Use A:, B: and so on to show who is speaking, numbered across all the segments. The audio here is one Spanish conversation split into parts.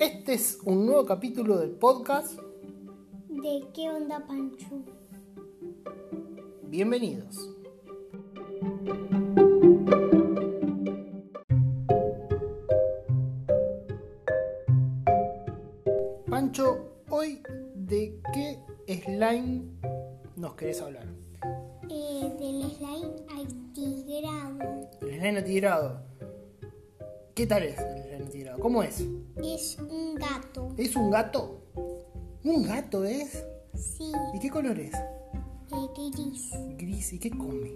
A: Este es un nuevo capítulo del podcast.
B: ¿De qué onda, Pancho?
A: Bienvenidos. Pancho, hoy de qué slime nos querés hablar.
B: Eh, del slime altigrado.
A: El slime atigrado. ¿Qué tal es el slime atigrado? ¿Cómo es?
B: Es un gato.
A: ¿Es un gato? ¿Un gato es?
B: Sí,
A: ¿Y qué color es?
B: eh, gris.
A: Gris. ¿Y qué come?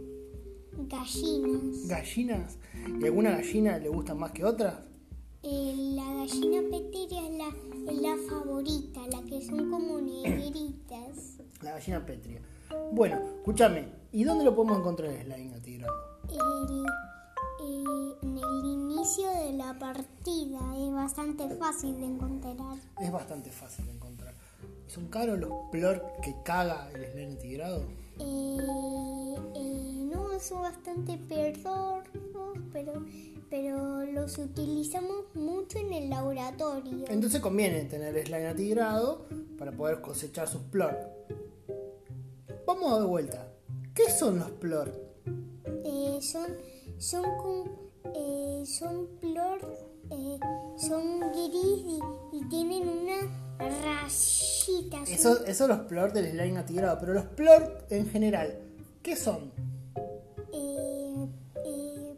B: Gallinas.
A: ¿Gallinas? ¿Y alguna gallina le gustan más que otras?
B: Eh, la gallina peteria es la, es la favorita, la que son como negritas.
A: La gallina petria. Bueno, escúchame, ¿y dónde lo podemos encontrar el slime atigrado?
B: El- eh, en el inicio de la partida es bastante fácil de encontrar.
A: Es bastante fácil de encontrar. ¿Son caros los plor que caga el slime atigrado?
B: Eh, eh, no, son bastante pedorros, pero, pero los utilizamos mucho en el laboratorio.
A: Entonces conviene tener slime atigrado para poder cosechar sus plor. Vamos de vuelta. ¿Qué son los plor?
B: Eh, son son con- eh, son flor, eh, son gris y, y tienen unas rayitas.
A: Eso, eso los plor del slime atigrado, pero los plor en general, ¿qué son?
B: Eh, eh,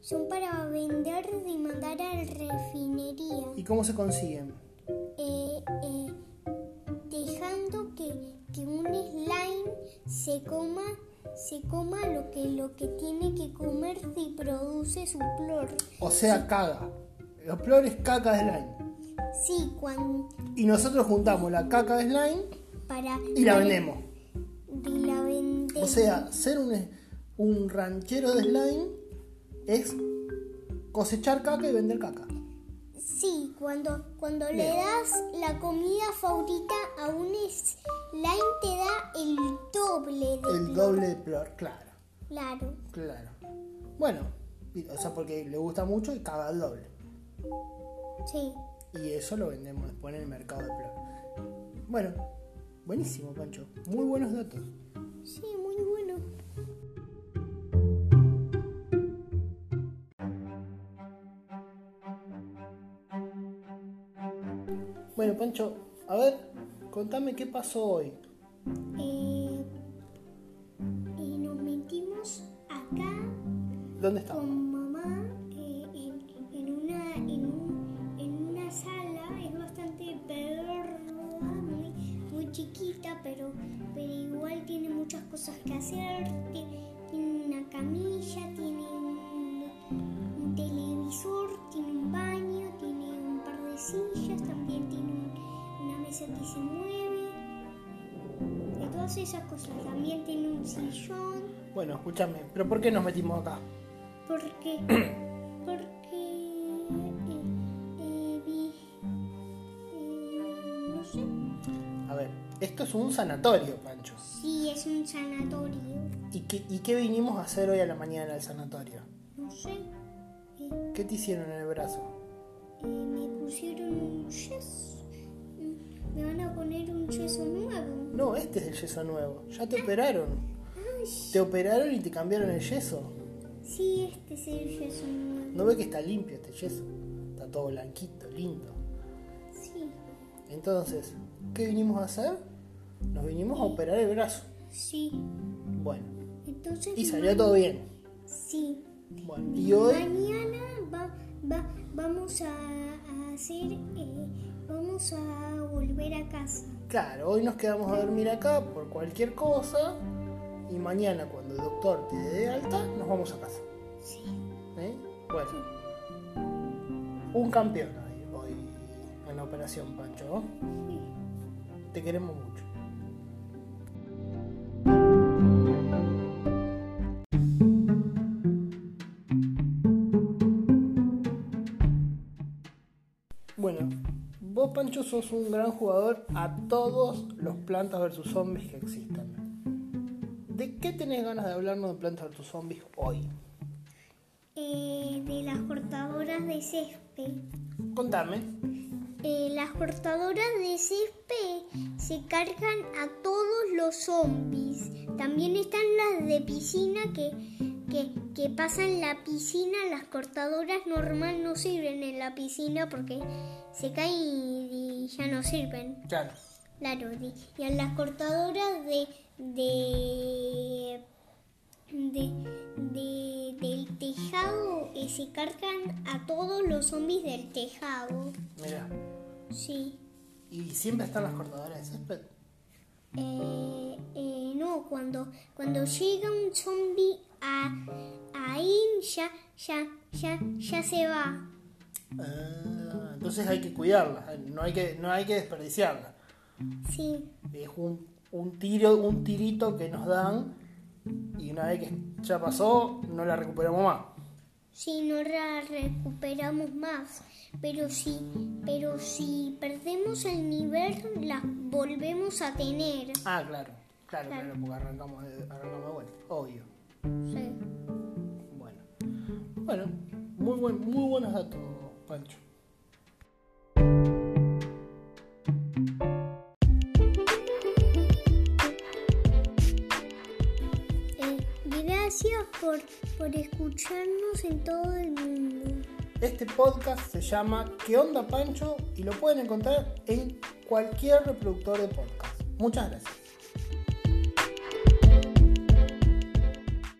B: son para vender y mandar a refinería.
A: ¿Y cómo se consiguen?
B: eh, eh, dejando que, que un slime se coma se coma lo que lo que tiene que comer y produce su flor.
A: O sea, caga. Los plor es caca de slime.
B: Sí, cuando
A: Y nosotros juntamos la caca de slime
B: para
A: y la vendemos.
B: y la vende-
A: O sea, ser un, un ranchero de slime es cosechar caca y vender caca.
B: sí, cuando cuando le
A: Bien.
B: das la comida favorita a un slime te da el doble de
A: El
B: flor.
A: doble de plor, claro,
B: Claro.
A: claro. Bueno, y- o sea, porque le gusta mucho y caga el doble.
B: Sí.
A: Y eso lo vendemos después en el mercado de plor. Bueno, buenísimo, Pancho. Muy buenos datos.
B: Sí, muy bueno.
A: Bueno, Pancho, a ver, contame qué pasó hoy.
B: Eh, y nos metimos acá
A: ¿Dónde estamos?
B: con mamá eh, en, en una, en, un- en una sala, es bastante pedorra, muy, muy chiquita, pero, pero igual tiene muchas cosas que hacer. Ti- Tiene una camilla, tiene un, un televisor, tiene un baño, tiene un par de sillas, también tiene un- una mesa que se mueve. De todas esas cosas, también tiene un sillón.
A: Bueno, escúchame, pero ¿por qué nos metimos acá?
B: Porque, porque eh, eh, vi, eh, no sé,
A: A ver, esto es un sanatorio, Pancho.
B: sí es un sanatorio,
A: ¿Y qué, y qué vinimos a hacer hoy a la mañana al sanatorio?
B: no sé, eh,
A: ¿Qué te hicieron en el brazo?
B: eh, me pusieron un yeso, mm, me van a poner un yeso nuevo.
A: No, este es el yeso nuevo. Ya te operaron.
B: Ay,
A: Te operaron y te cambiaron el yeso.
B: sí, este es el yeso nuevo,
A: ¿No ves que está limpio este yeso? Está todo blanquito, lindo.
B: sí,
A: Entonces, ¿qué vinimos a hacer? Nos vinimos a operar el brazo.
B: sí,
A: Bueno,
B: entonces...
A: y
B: ma-
A: salió todo bien.
B: Sí.
A: Bueno, y hoy,
B: Mañana va- va- vamos a, a hacer, eh, vamos a volver a casa.
A: claro, hoy nos quedamos a dormir acá por cualquier cosa. Y mañana, cuando el doctor te dé de alta, nos vamos a casa.
B: Sí.
A: ¿Eh? Bueno. Un campeón hoy, hoy en la operación, Pancho. Te queremos mucho. Bueno, vos, Pancho, sos un gran jugador a todos los plantas versus zombies que existan. ¿De qué tenés ganas de hablarnos de plantas versus zombies hoy?
B: eh, de las cortadoras de césped.
A: Contame.
B: Eh, las cortadoras de césped se cargan a todos los zombies. También están las de piscina que, que, que pasan la piscina. Las cortadoras normal no sirven en la piscina porque se caen y, y ya no sirven.
A: Claro.
B: Claro, di- y a las cortadoras de, de, de, de- del tejado eh, se cargan a todos los zombies del tejado.
A: Mira.
B: Sí.
A: ¿Y siempre están las cortadoras de césped?
B: Eh, eh, no, cuando, cuando llega un zombie a, ahí ya, ya, ya, ya se va.
A: Ah, entonces hay que cuidarlas, no hay que, no hay que desperdiciarlas.
B: Sí,
A: Es un, un tiro, un tirito que nos dan y una vez que ya pasó, no la recuperamos más.
B: sí, no la recuperamos más. Pero si, pero si perdemos el nivel, la volvemos a tener.
A: Ah, claro, claro,
B: Claro.
A: claro, porque arrancamos de, arrancamos de vuelta, obvio.
B: Sí.
A: Bueno, bueno, muy, buen, muy buenos datos, Pancho.
B: Eh, gracias por, por escucharnos en todo el mundo.
A: Este podcast se llama ¿Qué onda Pancho? y lo pueden encontrar en cualquier reproductor de podcast. Muchas gracias.